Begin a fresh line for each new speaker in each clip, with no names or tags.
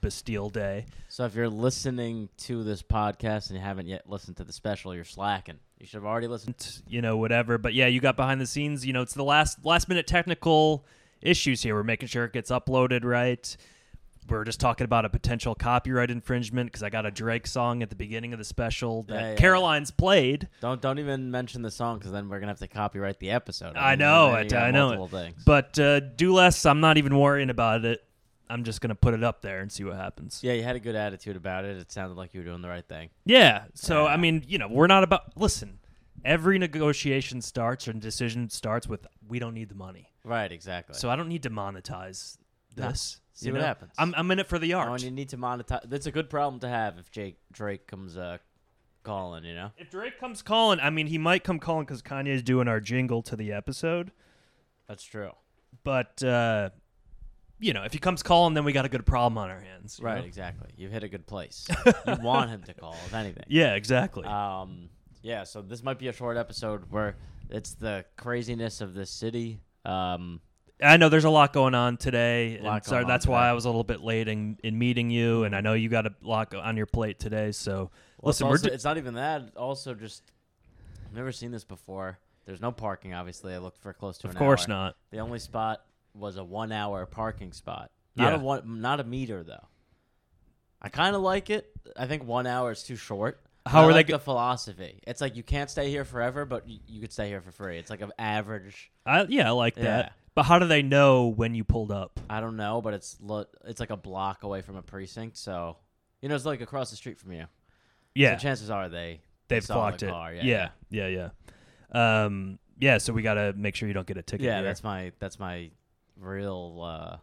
Bastille Day.
So if you're listening to this podcast and you haven't yet listened to the special, you're slacking. You should have already listened.
you know whatever but yeah you got behind the scenes you know it's the last last minute technical issues here we're making sure it gets uploaded right we're just talking about a potential copyright infringement because i got a drake song at the beginning of the special that
Yeah, yeah,
caroline's played
Don't don't even mention the song because then we're gonna have to copyright the episode.
i
mean,
know
there you
it
got
i know it
uh, multiple Things.
but uh, do less i'm not even worrying about it i'm just gonna put it up there and see what happens
yeah, you had a good attitude about it. It sounded like you were doing the right thing.
Yeah. So
Yeah.
I mean, you know, we're not about listen. Every negotiation starts or decision starts with we don't need the money.
Right, exactly.
So I don't need to monetize
No.
this.
See what happens.
I'm I'm in it for the
Oh,
art.
and you need to monetize. That's a good problem to have if Jake Drake comes uh, calling. You know.
if Drake comes calling, I mean, he might come calling because Kanye's doing our jingle to the episode.
That's true.
But uh, you know, if he comes calling, then we got a good problem on our hands. you
Right,
know?
exactly. You've hit a good place. you want him to call, if anything.
Yeah. Exactly.
Um, yeah, so this might be a short episode where it's the craziness of this city. Um,
I know there's a lot going on today.
Lot
and sorry,
going on
that's why
today.
I was a little bit late in, in meeting you, and I know you got a lot on your plate today. So
well, it's
listen, we're
also-
do-
it's not even that. Also, just I've never seen this before. There's no parking, obviously. I looked for close to
of
an
course
hour.
not.
The only spot was a one-hour parking spot. Not
Yeah.
a one, not a meter though. I kind of like it. I think one hour is too short. but
How
I
are they
like
go-
the philosophy? It's like you can't stay here forever, but you, you could stay here for free. It's like an average.
I, yeah, I like
Yeah.
that. But how do they know when you pulled up?
I don't know, but it's lo- it's like a block away from a precinct, so you know it's like across the street from you.
Yeah,
So chances are they
they've
saw the
clocked it.
car,
yeah, yeah, yeah, Um, yeah. So we gotta make sure you don't get a ticket.
yeah.
here.
That's my that's my real uh,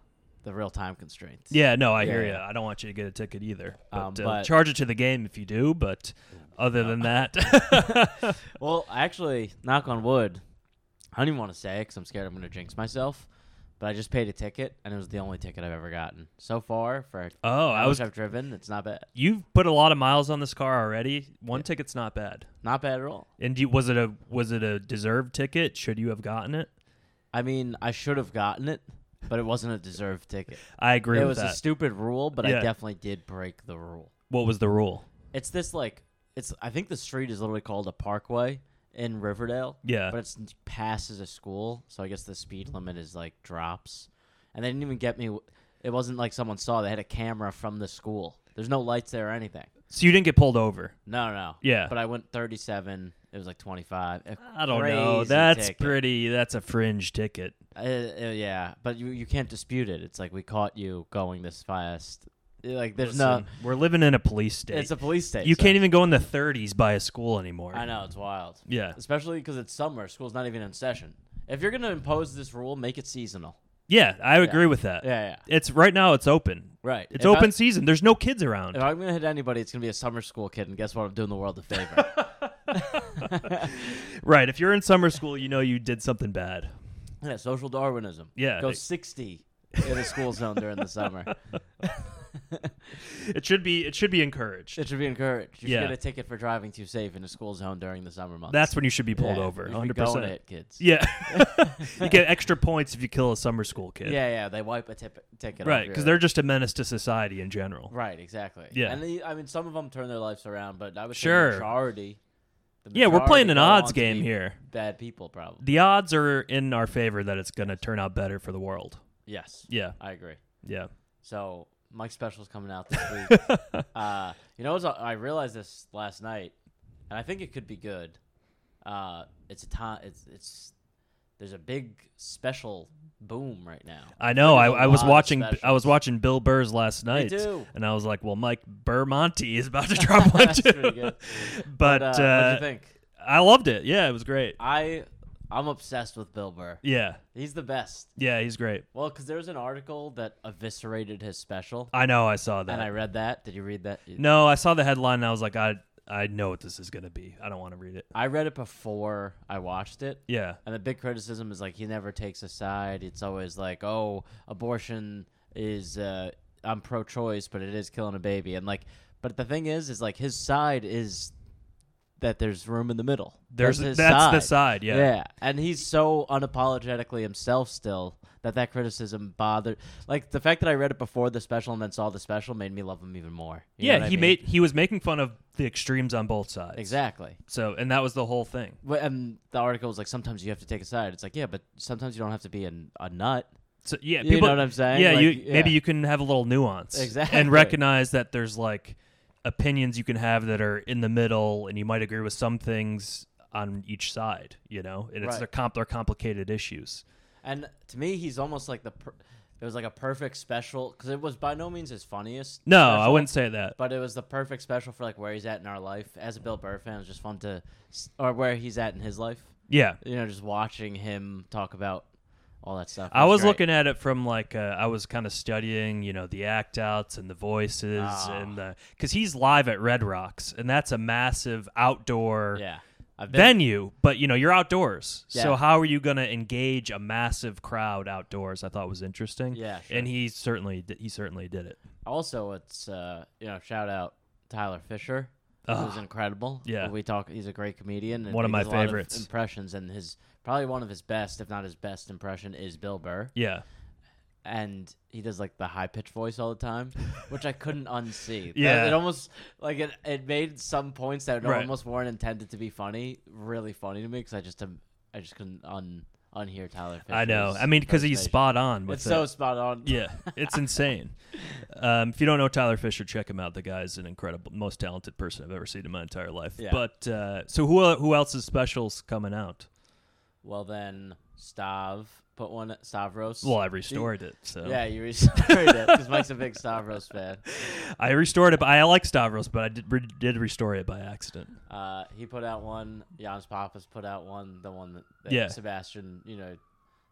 the real time constraints.
yeah. No, I
Yeah,
hear you.
yeah.
I don't want you to get a ticket either. But,
Um,
uh,
but-
charge it to the game if you do. But other than that,
Well, actually, knock on wood. I don't even want to say it because I'm scared I'm going to jinx myself. But I just paid a ticket, and it was the only ticket I've ever gotten so far. For
oh,
how
I was.
much I've driven, it's not bad.
You've put a lot of miles on this car already. One ticket's not bad.
Not bad at all.
And do you, was it a was it a deserved ticket? Should you have gotten it?
I mean, I should have gotten it, but it wasn't a deserved ticket.
I agree
It
with
was a
that.
stupid rule, but
Yeah.
I definitely did break the rule.
what was the rule?
It's this like it's I think the street is literally called a parkway in Riverdale.
Yeah.
But it's passes a school, so I guess the speed limit is like drops. And they didn't even get me it wasn't like someone saw, they had a camera from the school. There's no lights there or anything.
So you didn't get pulled over.
No, no.
Yeah.
But I went 37. It was like 25. A
I don't know.
crazy
That's
ticket.
pretty. That's a fringe ticket.
Uh, uh, yeah, but you you can't dispute it. It's like we caught you going this fast. Like there's no.
Listen, We're living in a police state.
It's a police state.
you
so-
can't even go in the 30s by a school anymore.
I know it's wild.
Yeah.
especially because it's summer. School's not even in session. If you're gonna impose this rule, make it seasonal.
Yeah, I agree with that.
Yeah, yeah,
It's right now. It's open.
right.
It's
If I-
open season. There's no kids around.
if I'm gonna hit anybody, it's gonna be a summer school kid, and guess what? I'm doing the world a favor.
right. If you're in summer school, you know you did something bad.
yeah, social Darwinism.
Yeah.
go sixty in a school zone during the summer.
It should be. It should be encouraged.
It should be encouraged. You
Yeah.
should get a ticket for driving too safe in a school zone during the summer months.
That's when you should be pulled
Yeah,
over.
you should be
100.
going to
percent
hit kids.
Yeah. you get extra points if you kill a summer school kid.
Yeah, yeah, they wipe a tip- ticket. off
Right, because
your-
they're just a menace to society in general.
right, exactly.
Yeah.
and the, I mean, some of them turn their lives around, but I would
Sure.
say the majority. The
Yeah, we're playing
majority
an
go
odds
on to
game
be
here.
Bad people, probably.
The odds are in our favor that it's going to turn out better for the world.
Yes,
Yeah,
I agree.
yeah.
So Mike's special's coming out this week. uh, you know, what's- I realized this last night, and I think it could be good. Uh, it's a time. It's it's there's a big special boom right now.
I know. I,
There's a
I was
lot of
watching.
specials.
I was watching Bill Burr's last night,
do.
and I was like, "Well, Mike Burmonti is about to drop one
That's
too."
pretty good.
But,
uh,
uh,
what do you think?
I loved it. Yeah, it was great.
I I'm obsessed with Bill Burr.
Yeah,
He's the best.
yeah, he's great.
Well, because there was an article that eviscerated his special,
I know. I saw that.
and I read that. Did you read that?
no, I saw the headline, and I was like, "I I know what this is going to be. I don't want to read it."
I read it before I watched it.
Yeah,
And the big criticism is like he never takes a side. It's always like, oh, abortion is uh, I'm pro-choice, but it is killing a baby. And like, but the thing is, is like his side is that there's room in the middle.
there's
his
that's the side. Yeah,
yeah, and he's so unapologetically himself still that that criticism bothered. Like the fact that I read it before the special and then saw the special made me love him even more. You know
yeah,
what I
he
mean?
made he was making fun of the extremes on both sides.
exactly.
So, and that was the whole thing.
Wh- And the article was like, sometimes you have to take a side. It's like, yeah, but sometimes you don't have to be an, a nut.
So, yeah,
You know
people,
what I'm saying?
Yeah,
Like,
you
yeah.
maybe you can have a little nuance,
Exactly.
and recognize that there's like opinions you can have that are in the middle, and you might agree with some things on each side. You know, and it's
Right.
they're, comp- they're complicated issues.
And to me, he's almost like the. Per- it was like a perfect special because it was by no means his funniest.
No, I
special,
wouldn't say that.
But it was the perfect special for like where he's at in our life. As a Bill Burr fan, it was just fun to, s- or where he's at in his life.
Yeah,
You know, just watching him talk about all that stuff.
I was
great.
looking at it from like uh, I was kind of studying, you know, the act outs and the voices
Ah.
and the because he's live at Red Rocks and that's a massive outdoor
Yeah, I've been.
venue, but you know you're outdoors, so
Yeah.
how are you going to engage a massive crowd outdoors? I thought was interesting.
Yeah, sure.
and he certainly di- he certainly did it.
also, it's uh, you know, shout out Tyler Fisher. It
Ugh.
was incredible.
Yeah.
we talk. He's a great comedian. and
One of
he
my
does a lot
favorites.
impressions, and his probably one of his best, if not his best impression, is Bill Burr.
Yeah,
and he does like the high pitched voice all the time, which I couldn't unsee. That-
Yeah.
it almost like it, it made some points that
Right.
almost weren't intended to be funny, really funny to me because I just um, I just couldn't un unhear Tyler.
I know.
Fisher's
I mean, because he's
presentation.
spot on. With
It's
it.
so spot on.
Yeah, it's insane. Um, if you don't know Tyler Fisher, check him out. The guy's an incredible, most talented person I've ever seen in my entire life.
Yeah.
But uh, so who el- who else's specials coming out?
Well then, Stav put one Stavros.
Well, I
Do you-
restored it. So
Yeah, you restored it because Mike's a big Stavros fan.
I restored it. But I like Stavros, but I did, re- did restore it by accident.
Uh, he put out one. Jan's Papas put out one. The one that, that
Yeah.
Sebastian, you know,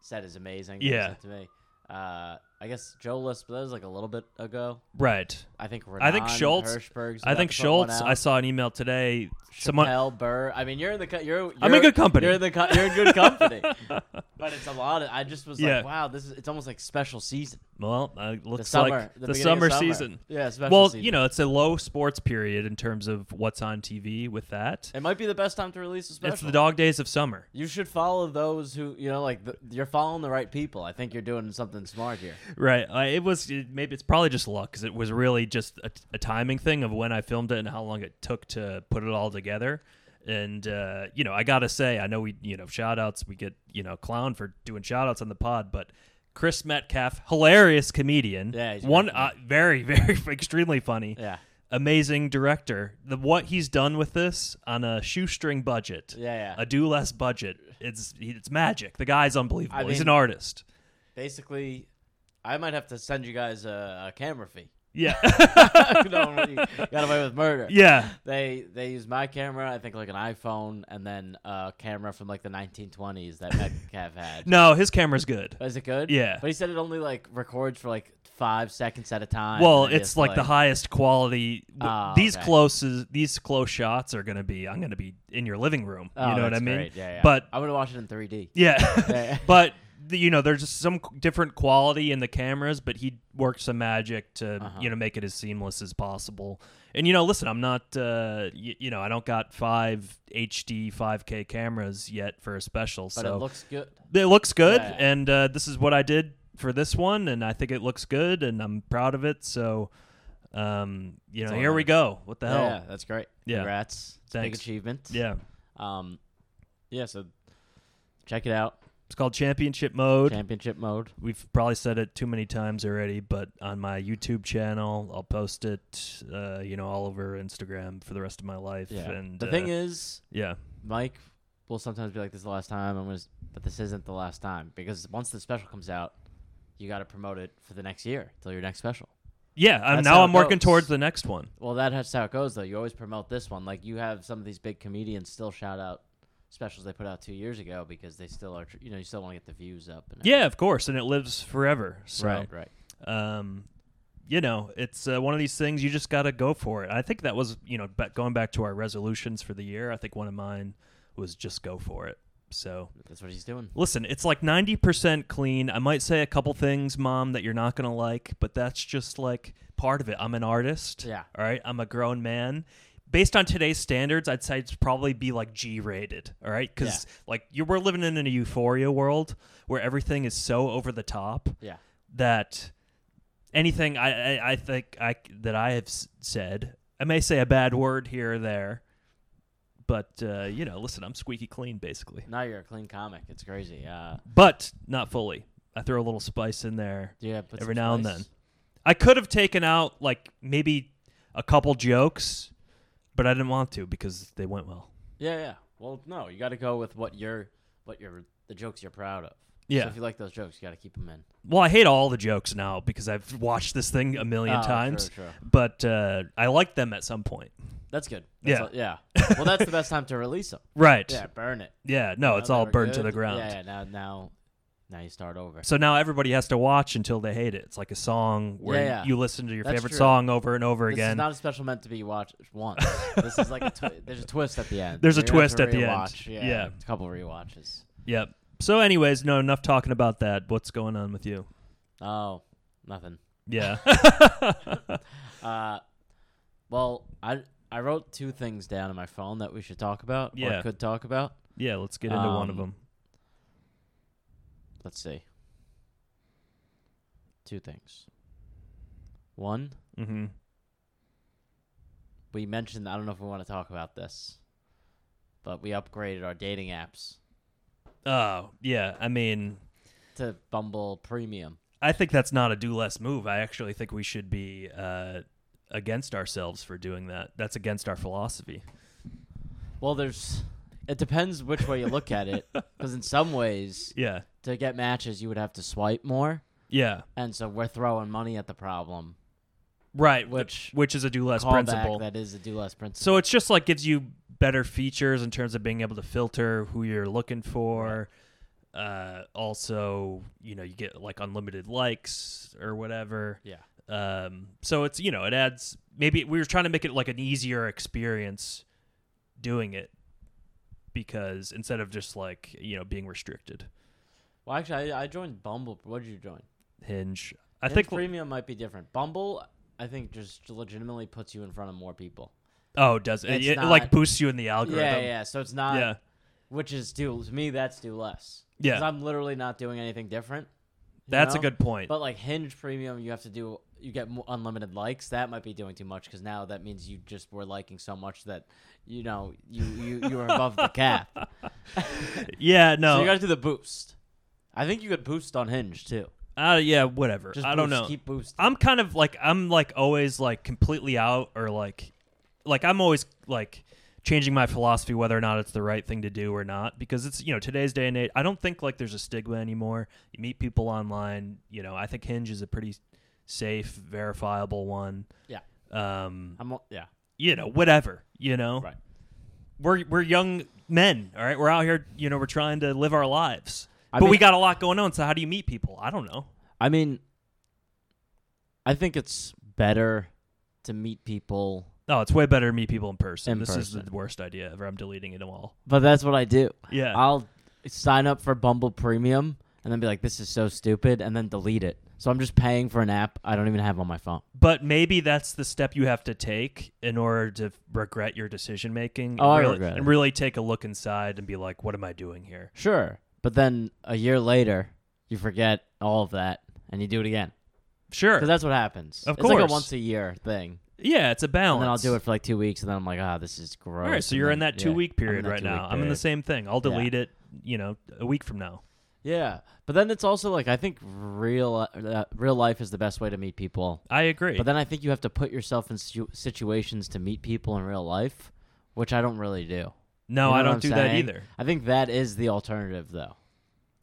said is amazing. that
Yeah.
He sent to me. Uh, I guess Joe List, but that was like a little bit ago.
Right.
I think. Renan
I think Schultz-
Hirschberg's
I
about
think
to put one
Schultz.
out.
I saw an email today. Someone.
Chappelle Burr. I mean, you're in the. Co- you're, you're.
I'm in good company.
You're in the. Co- you're in good company. but it's a lot. Of, I just was
Yeah.
like, wow, this is. It's almost like special season.
Well, uh,
The
looks
summer.
like the,
beginning of
summer, season.
Yeah. Special
Well,
season.
you know, it's a low sports period in terms of what's on TV with that.
It might be the best time to release a special.
It's the dog days of summer.
You should follow those who you know, like the, you're following the right people. I think you're doing something smart here.
Right. I, it was it, maybe it's probably just luck because it was really just a, a timing thing of when I filmed it and how long it took to put it all together. And uh, you know, I gotta say, I know we you know shout outs. We get you know clown for doing shout outs on the pod, but Chris Metcalf, hilarious comedian.
Yeah, he's a great
one uh, very very extremely funny.
Yeah,
Amazing director. The what he's done with this on a shoestring budget,
yeah, yeah.
a do less budget. It's it's magic. The guy's unbelievable.
I
he's
mean-
an artist.
Basically, I might have to send you guys a, a camera fee.
Yeah.
Knowing what you got away with murder.
yeah.
They they use my camera, I think like an iPhone, and then a camera from like the 1920s that Metcalf had.
No, his camera's good.
Is it good?
Yeah.
But he said it only like records for like five seconds at a time.
Well,
and then
it's
just,
like, the highest quality. w-
Ah,
these
okay.
closes, these close shots are gonna be. I'm gonna be in your living room.
Oh,
you know what I
that's
mean?
great. Yeah, yeah.
But
I'm gonna watch it in 3D.
yeah,
Yeah.
but the, you know, there's just some c- different quality in the cameras. But he worked some magic to
Uh-huh.
you know make it as seamless as possible. And you know, listen, I'm not. Uh, y- you know, I don't got five HD 5K cameras yet for a special.
But
so
it looks good.
it looks good
Yeah.
and uh, this is what i did for this one and i think it looks good and i'm proud of it so um, you know
That's all
here
that
we go what the
Yeah,
hell
yeah, that's great.
Yeah.
Congrats. It's a big
Thanks.
achievement.
yeah
Um, yeah, so check it out.
it's called championship mode
Championship mode.
we've probably said it too many times already but on my youtube channel i'll post it uh, you know all over instagram for the rest of my life
Yeah.
and
the thing
uh,
is,
yeah
Mike will sometimes be like, "This is the last time." I'm gonna, s- but this isn't the last time because once the special comes out, you got to promote it for the next year till your next special.
yeah I'm,
That's
now
how
i'm
it
working
goes.
towards the next one
Well, that's how it goes, though. You always promote this one. Like you have some of these big comedians still shout out specials they put out two years ago because they still are, tr- you know, you still want to get the views up. And
yeah of course and it lives forever
everything.
so
right, right.
um, you know, it's uh, one of these things you just got to go for it. I think that was, you know, ba- going back to our resolutions for the year, I think one of mine was just go for it. So,
That's what he's doing.
listen, it's like 90% clean. I might say a couple things, mom, that you're not going to like, but that's just like part of it. I'm an artist.
Yeah.
All right. I'm a grown man. based on today's standards, I'd say it's probably be like G rated. All right, because like you we're living in a euphoria world where everything is so over the top
Yeah.
that anything I, I, I think I that I have s- said, I may say a bad word here or there, but uh, you know, listen, I'm squeaky clean basically,
Now you're a clean comic. It's crazy. Uh,
but not fully. I throw a little spice in there.
yeah. Put some
Every now and
spice.
then. I could have taken out like maybe a couple jokes, but I didn't want to because they went well.
Yeah, yeah. Well, no, you got to go with what you're, what you're, the jokes you're proud of.
Yeah.
So if you like those jokes, you got to keep them in.
Well, I hate all the jokes now because I've watched this thing a million
Oh, sure,
times,
sure.
but uh, I like them at some point.
That's good. That's
Yeah.
all- yeah. Well, that's the best time to release them.
Right.
Yeah. Burn it.
Yeah, no,
Now
it's
they
all
were
burned to
good.
the ground.
Yeah, yeah. Now, now, now you start over.
So now everybody has to watch until they hate it. It's like a song where
Yeah, yeah.
you listen to your
That's
favorite
true.
song over and over
This
again.
is not a special meant to be watched once. this is like a twi- there's a twist at the end.
There's a
You're gonna have
twist
to
at the end.
rewatch. Yeah,
Yeah.
a couple rewatches.
yep. So, anyways, no, enough talking about that. What's going on with you?
Oh, nothing.
Yeah.
Uh, well, I I wrote two things down on my phone that we should talk about
Yeah.
or could talk about.
yeah, let's get into one of
Um,
them.
Let's see. Two things. One,
Mm-hmm.
we mentioned I don't know if we want to talk about this, but we upgraded our dating apps
Oh, yeah. I mean,
to Bumble Premium.
I think that's not a do less move. I actually think we should be uh, against ourselves for doing that. That's against our philosophy.
Well, there's. It depends which way you look at it, because in some ways,
Yeah.
to get matches, you would have to swipe more,
Yeah.
and so we're throwing money at the problem.
Right.
Which-
Which which is a do less
Callback
principle.
that is a do less principle.
So it's just like gives you better features in terms of being able to filter who you're looking for. Uh, also, you know, you get like unlimited likes or whatever.
yeah,
Um, so it's you know, it adds. Maybe we were trying to make it like an easier experience doing it because instead of just like you know being restricted,
well, actually, I, I joined Bumble. What did you join?
Hinge. I
Hinge
think.
Premium might be different. Bumble, I think, just legitimately puts you in front of more people.
oh, it does it,
It's
it
not-
like boosts you in the algorithm?
Yeah, yeah. So it's not,
yeah,
which is do to me that's do less. 'Cause
Yeah.
I'm literally not doing anything different. you
That's
know?
a good point.
But like Hinge Premium, you have to do you get mo- unlimited likes. That might be doing too much because now that means you just were liking so much that you know you you you were above the cap.
yeah, no.
So you got to do the boost. I think you could boost on Hinge too.
uh, yeah, whatever.
Just
I don't
boost,
know.
Keep boosting.
I'm kind of like I'm like always like completely out or like like I'm always like changing my philosophy whether or not it's the right thing to do or not because it's you know today's day and age I don't think like there's a stigma anymore. You meet people online, you know, I think Hinge is a pretty safe, verifiable one.
Yeah.
Um
I'm, yeah.
you know, whatever, you know.
Right.
We're we're young men, all right? We're out here, you know, we're trying to live our lives.
I
but we
mean-
got a lot going on, so how do you meet people? I don't know.
I mean, I think it's better to meet people,
No, Oh, it's way better to meet people in person.
In
this is the
person.
worst idea ever. I'm deleting it all.
but that's what I do.
Yeah.
I'll sign up for Bumble Premium and then be like, "This is so stupid," and then delete it. So I'm just paying for an app I don't even have on my phone.
but maybe that's the step you have to take in order to regret your decision making.
Oh, I
and really,
regret it.
And really take a look inside and be like, what am I doing here?
Sure, but then a year later, you forget all of that and you do it again
Sure.
because that's what happens.
Of
it's like
course.
a once a year thing,
yeah, it's a balance.
and then I'll do it for like two weeks, and then I'm like, "Ah, this is gross."
All right, so
and
you're
then-
in that
yeah,
two week
I'm in
period
that
right
two-week
now. I'm in the
period.
same thing. I'll
Yeah.
delete it, you know, a week from now.
Yeah, but then it's also like I think real uh, real life is the best way to meet people.
I agree.
But then I think you have to put yourself in situ- situations to meet people in real life, which I don't really do.
no,
You know
I
what
don't
I'm
do that
saying?
either.
I think that is the alternative, though.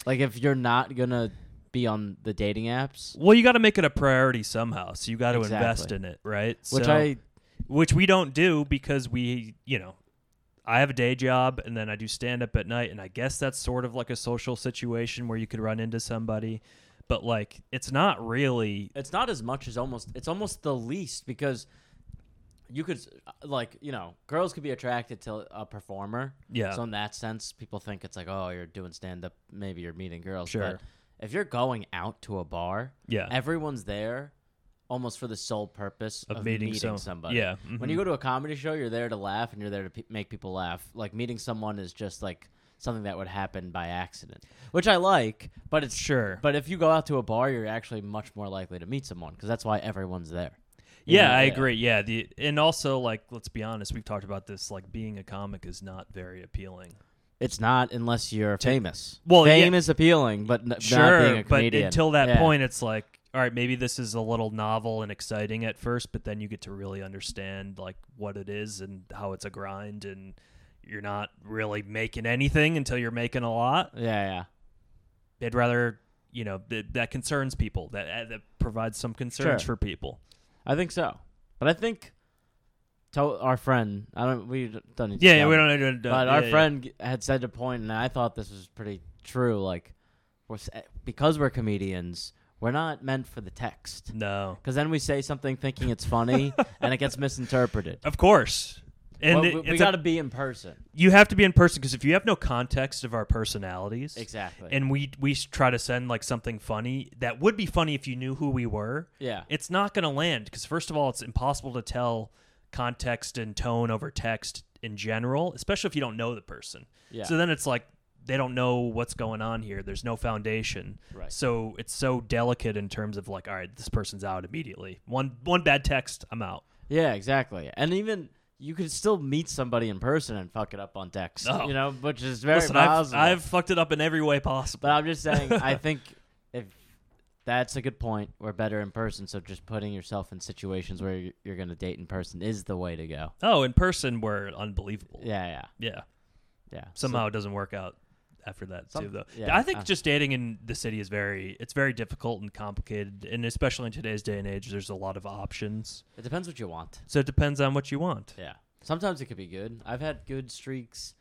Like if you're not gonna be on the dating apps,
Well, you got to make it a priority somehow. So you got to invest
Exactly.
in it, right?
which
so,
I
which we don't do because we, you know, I have a day job and then I do stand up at night, and I guess that's sort of like a social situation where you could run into somebody, but like it's not really.
it's not as much as almost it's almost the least because you could s- like you know girls could be attracted to a performer
Yeah.
so in that sense people think it's like oh you're doing stand up maybe you're meeting girls
Sure.
but if you're going out to a bar
Yeah.
everyone's there almost for the sole purpose
Of
of,
meeting
meeting,
some-
somebody.
yeah,
When
mhm.
you go to a comedy show, you're there to laugh and you're there to pe- make people laugh. Like meeting someone is just like something that would happen by accident, which I like, but it's
Sure.
But if you go out to a bar, you're actually much more likely to meet someone because that's why everyone's there. You
Yeah,
know,
I agree. Yeah, the and also like let's be honest, we've talked about this. Like being a comic is not very appealing.
It's not unless you're famous.
Well, yeah.
fame is appealing, but n- not being
Sure,
a
but
comedian.
until that
Yeah.
point, it's like all right, maybe this is a little novel and exciting at first, but then you get to really understand like what it is and how it's a grind, and you're not really making anything until you're making a lot.
yeah, yeah.
I'd rather you know th- that concerns people. That uh, that provides some concerns
Sure.
for people.
I think so. But I think to our friend, I don't. We d- don't need. To
Yeah,
tell
we don't.
him.
don't- don't-
But
yeah,
our
yeah.
friend g had said a point, and I thought this was pretty true. Like, we're, s- eh, because we're comedians, we're not meant for the text.
No,
Because then we say something thinking it's funny, and it gets misinterpreted.
of course. And
Well,
it-
we,
it's a-
got to be in person.
you have to be in person because if you have no context of our personalities
Exactly.
and we we s- try to send like something funny that would be funny if you knew who we were
yeah.
it's not going to land because first of all it's impossible to tell context and tone over text in general especially if you don't know the person
Yeah.
so then it's like they don't know what's going on here there's no foundation
Right.
so it's so delicate in terms of like all right this person's out immediately one one bad text i'm out
Yeah, exactly. And even you could still meet somebody in person and fuck it up on text.
Oh.
You know, which is very
listen I've,
plausible.
I've fucked it up in every way possible
But I'm just saying, I think if that's a good point, we're better in person. So just putting yourself in situations where you're, you're going to date in person is the way to go.
Oh, in person were unbelievable. Yeah.
Yeah, yeah, yeah. So-
Somehow it doesn't work out after that
Some-
too though.
yeah,
I think
uh.
just dating in the city is very it's very difficult and complicated and especially in today's day and age there's a lot of options.
it depends what you want.
So it depends on what you want.
Yeah. Sometimes it could be good. I've had good streaks,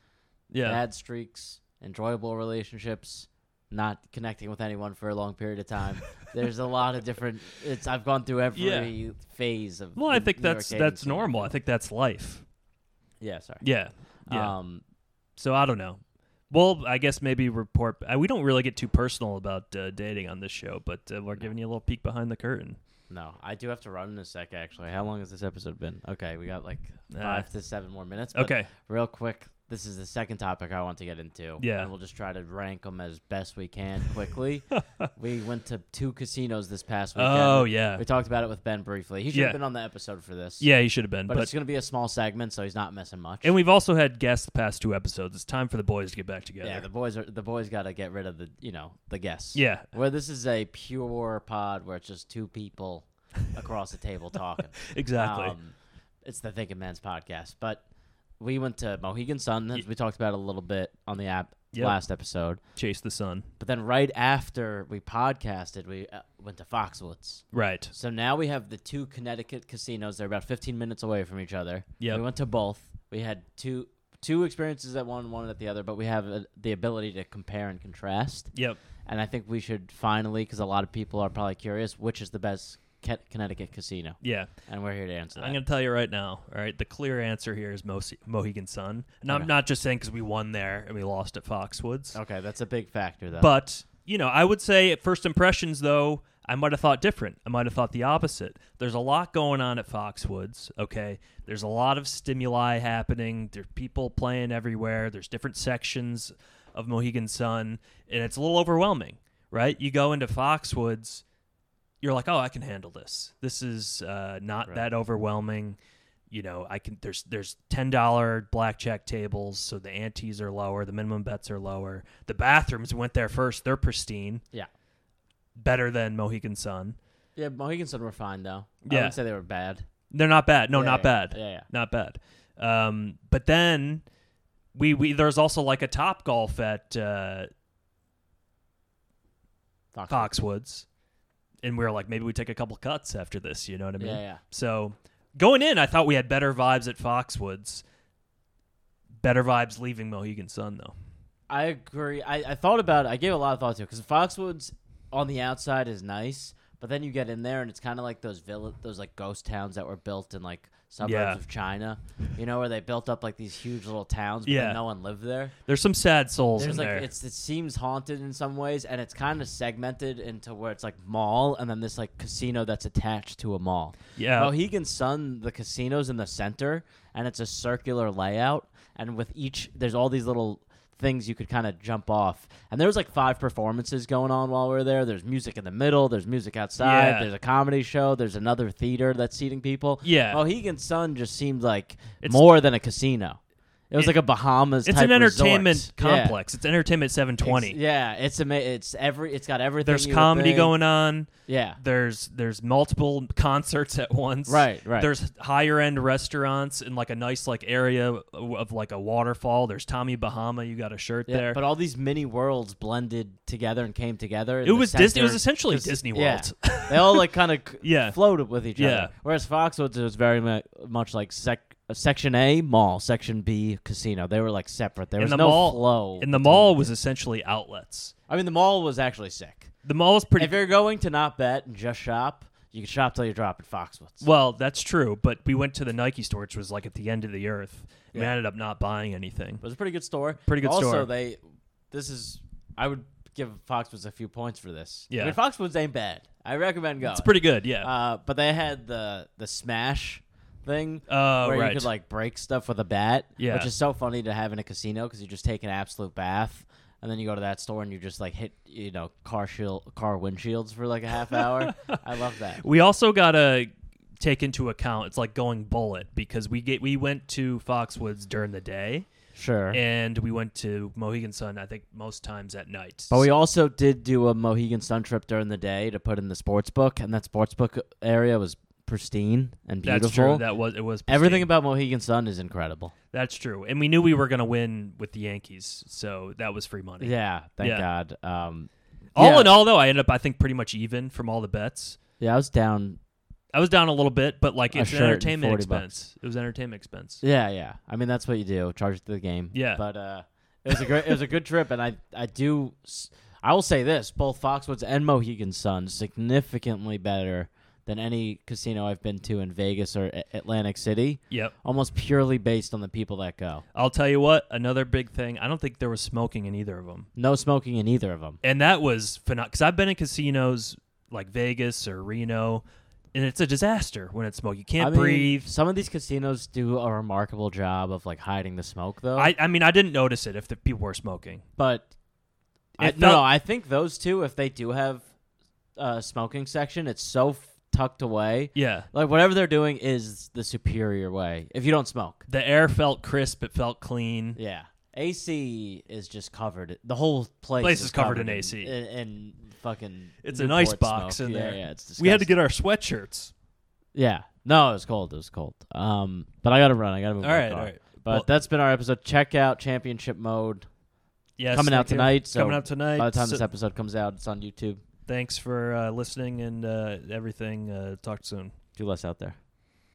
Yeah.
bad streaks, enjoyable relationships, not connecting with anyone for a long period of time. There's a lot of different. It's I've gone through every
Yeah.
phase of.
well,
the
I think
New York
that's
dating
that's
scene.
normal. I think that's life.
Yeah, sorry.
Yeah. Yeah.
Um,
so I don't know. Well, I guess maybe report. I, we don't really get too personal about uh, dating on this show, but uh, we're giving you a little peek behind the curtain.
no, I do have to run in a sec. Actually, how long has this episode been? Okay, we got like
Uh,
five to seven more minutes. but
Okay.
real quick. This is the second topic I want to get into.
Yeah.
and we'll just try to rank them as best we can quickly. we went to two casinos this past weekend.
Oh yeah.
We talked about it with Ben briefly. He should
Yeah.
have been on the episode for this.
Yeah, you should have been,
But,
but
it's going to be a small segment, so he's not missing much.
And we've also had guests the past two episodes. It's time for the boys to get back together.
yeah,
Yeah.
the boys are the boys got to get rid of the you know the guests.
yeah.
Where this is a pure pod where it's just two people across the table talking.
Exactly.
Um, it's the Thinking Man's podcast. But we went to Mohegan Sun, as we talked about a little bit on the app
Yep.
last episode.
Chase the sun.
But then right after we podcasted, we uh, went to Foxwoods.
Right.
So now we have the two Connecticut casinos. They're about 15 minutes away from each other.
Yep.
We went to both. We had two two experiences at one, one at the other, but we have uh the ability to compare and contrast.
Yep.
And I think we should finally, because a lot of people are probably curious, which is the best Ke- Connecticut casino?
Yeah.
And we're here to answer that.
I'm going to tell you right now. All right. The clear answer here is Mo- Mohegan Sun. And I'm
Okay.
not just saying because we won there and we lost at Foxwoods.
okay, that's a big factor, though.
But, you know, I would say at first impressions, though, I might have thought different. I might have thought the opposite. There's a lot going on at Foxwoods, okay? There's a lot of stimuli happening. There's people playing everywhere. There's different sections of Mohegan Sun, and it's a little overwhelming, right? You go into Foxwoods, you're like, oh, I can handle this. This is uh, not
Right.
that overwhelming. You know, I can. There's there's ten dollar blackjack tables, so the antes are lower, the minimum bets are lower. The bathrooms we went there first; they're pristine,
yeah.
better than Mohegan Sun.
Yeah, Mohegan Sun were fine, though. I
Yeah.
wouldn't say they were bad.
They're not bad. No,
Yeah,
not
yeah,
bad.
Yeah, yeah.
Not bad. Um, but then we we there's also like a Top Golf at uh,
Foxwoods.
Foxwoods, and we were like, maybe we take a couple cuts after this. You know what I mean?
Yeah, yeah.
So going in, I thought we had better vibes at Foxwoods. Better vibes leaving Mohegan Sun though.
I agree. I, I thought about it. I gave a lot of thought to it because Foxwoods on the outside is nice, But then you get in there, and it's kind of like those villa, those like ghost towns that were built in like suburbs
Yeah.
of China, you know, where they built up like these huge little towns, but
Yeah.
then no one lived there.
There's some sad souls
There's
in
like
there.
it's it seems haunted in some ways, and it's kind of segmented into where it's like mall, and then this like casino that's attached to a mall.
yeah.
Mohegan Sun, the casinos in the center, and it's a circular layout, and with each there's all these little things you could kind of jump off. And there was like five performances going on while we were there. There's music in the middle. There's music outside.
Yeah.
There's a comedy show. There's another theater that's seating people.
Yeah.
Mohegan Sun just seemed like
It's-
more than a casino. It was
It-
like a Bahamas.
it's
type
an entertainment
resort. Yeah.
complex. It's entertainment 720.
It's- yeah, it's ama- it's every it's got everything.
There's
you would
comedy
think.
going on.
Yeah,
There's there's multiple concerts at once.
Right, right.
There's higher end restaurants in like a nice like area of, of like a waterfall. There's Tommy Bahama. You got a shirt
yeah,
there.
But all these mini worlds blended together and came together. in
it
the
was Disney. It was
center.
essentially
Just-
Disney
yeah.
World.
they all like kind of
Yeah.
floated with each
Yeah.
other. Whereas Foxwoods was very mu- much like sec- uh, section A mall, section B casino. They were like separate. There
And
was
the
no
mall-
flow.
and the
between-
mall was essentially outlets.
I mean, the mall was actually sick.
The mall was pretty
If you're going to not bet and just shop, you can shop till you drop at Foxwoods.
Well, that's true, but we went to the Nike store, which was like at the end of the earth. and We ended up not buying anything.
It was a pretty good store.
Pretty good
also,
store.
they this is I would give Foxwoods a few points for this.
Yeah.
I mean, Foxwoods ain't bad. I recommend going.
It's pretty good, yeah.
Uh, but they had the the smash thing
Oh,
uh, where
right.
you could like break stuff with a bat,
Yeah.
which is so funny to have in a casino because you just take an absolute bath. And then you go to that store and you just like hit, you know, car shield, car windshields for like a half hour. I love that.
we also gotta take into account it's like going bullet because we get we went to Foxwoods during the day
Sure.
and we went to Mohegan Sun I think most times at night.
But we also did do a Mohegan Sun trip during the day to put in the sports book, and that sports book area was pristine and beautiful.
that's true. That was it was
Everything
pristine.
about Mohegan Sun is incredible.
that's true. And we knew we were gonna win with the Yankees, so that was free money.
Yeah, thank
Yeah.
God. Um,
All
yeah.
in all though, I ended up I think pretty much even from all the bets.
yeah, I was down.
I was down a little bit, but like
A
it's an
shirt and
entertainment
40 bucks.
expense. It was entertainment expense.
Yeah, yeah. I mean, that's what you do. Charge it to the game.
Yeah.
but uh, it was a great, it was a good trip, and I, I do, s- I will say this: both Foxwoods and Mohegan Sun significantly better than any casino I've been to in Vegas or A- Atlantic City,
Yep.
almost purely based on the people that go.
I'll tell you what, another big thing. I don't think there was smoking in either of them.
No smoking in either of them.
And that was phenomenal. Because I've been in casinos like Vegas or Reno, and it's a disaster when it's smoke. You can't
I mean,
breathe.
Some of these casinos do a remarkable job of like hiding the smoke, though.
I, I mean, I didn't notice it if the people were smoking.
but I,
It
no,
felt-
no, I think those two, if they do have a smoking section, it's so f- tucked away.
Yeah.
Like whatever they're doing is the superior way. If you don't smoke,
The air felt crisp. It felt clean.
yeah. AC is just covered. The whole place,
Place
is,
is covered in AC.
and, and fucking.
It's an ice
Newport
box
smoke.
in
Yeah,
there.
Yeah, it's
we had to
disgusting.
get our sweatshirts.
Yeah, no, it was cold. It was cold. Um, but I gotta run. I gotta move.
All
my
right.
car.
All right.
But
Well-
that's been our episode. Check out Championship Mode.
Yes,
coming out
thank you.
tonight, so
coming out tonight.
By the time
So
this episode comes out, it's on YouTube.
thanks for uh, listening and uh, everything. Uh, talk soon.
Do less out there.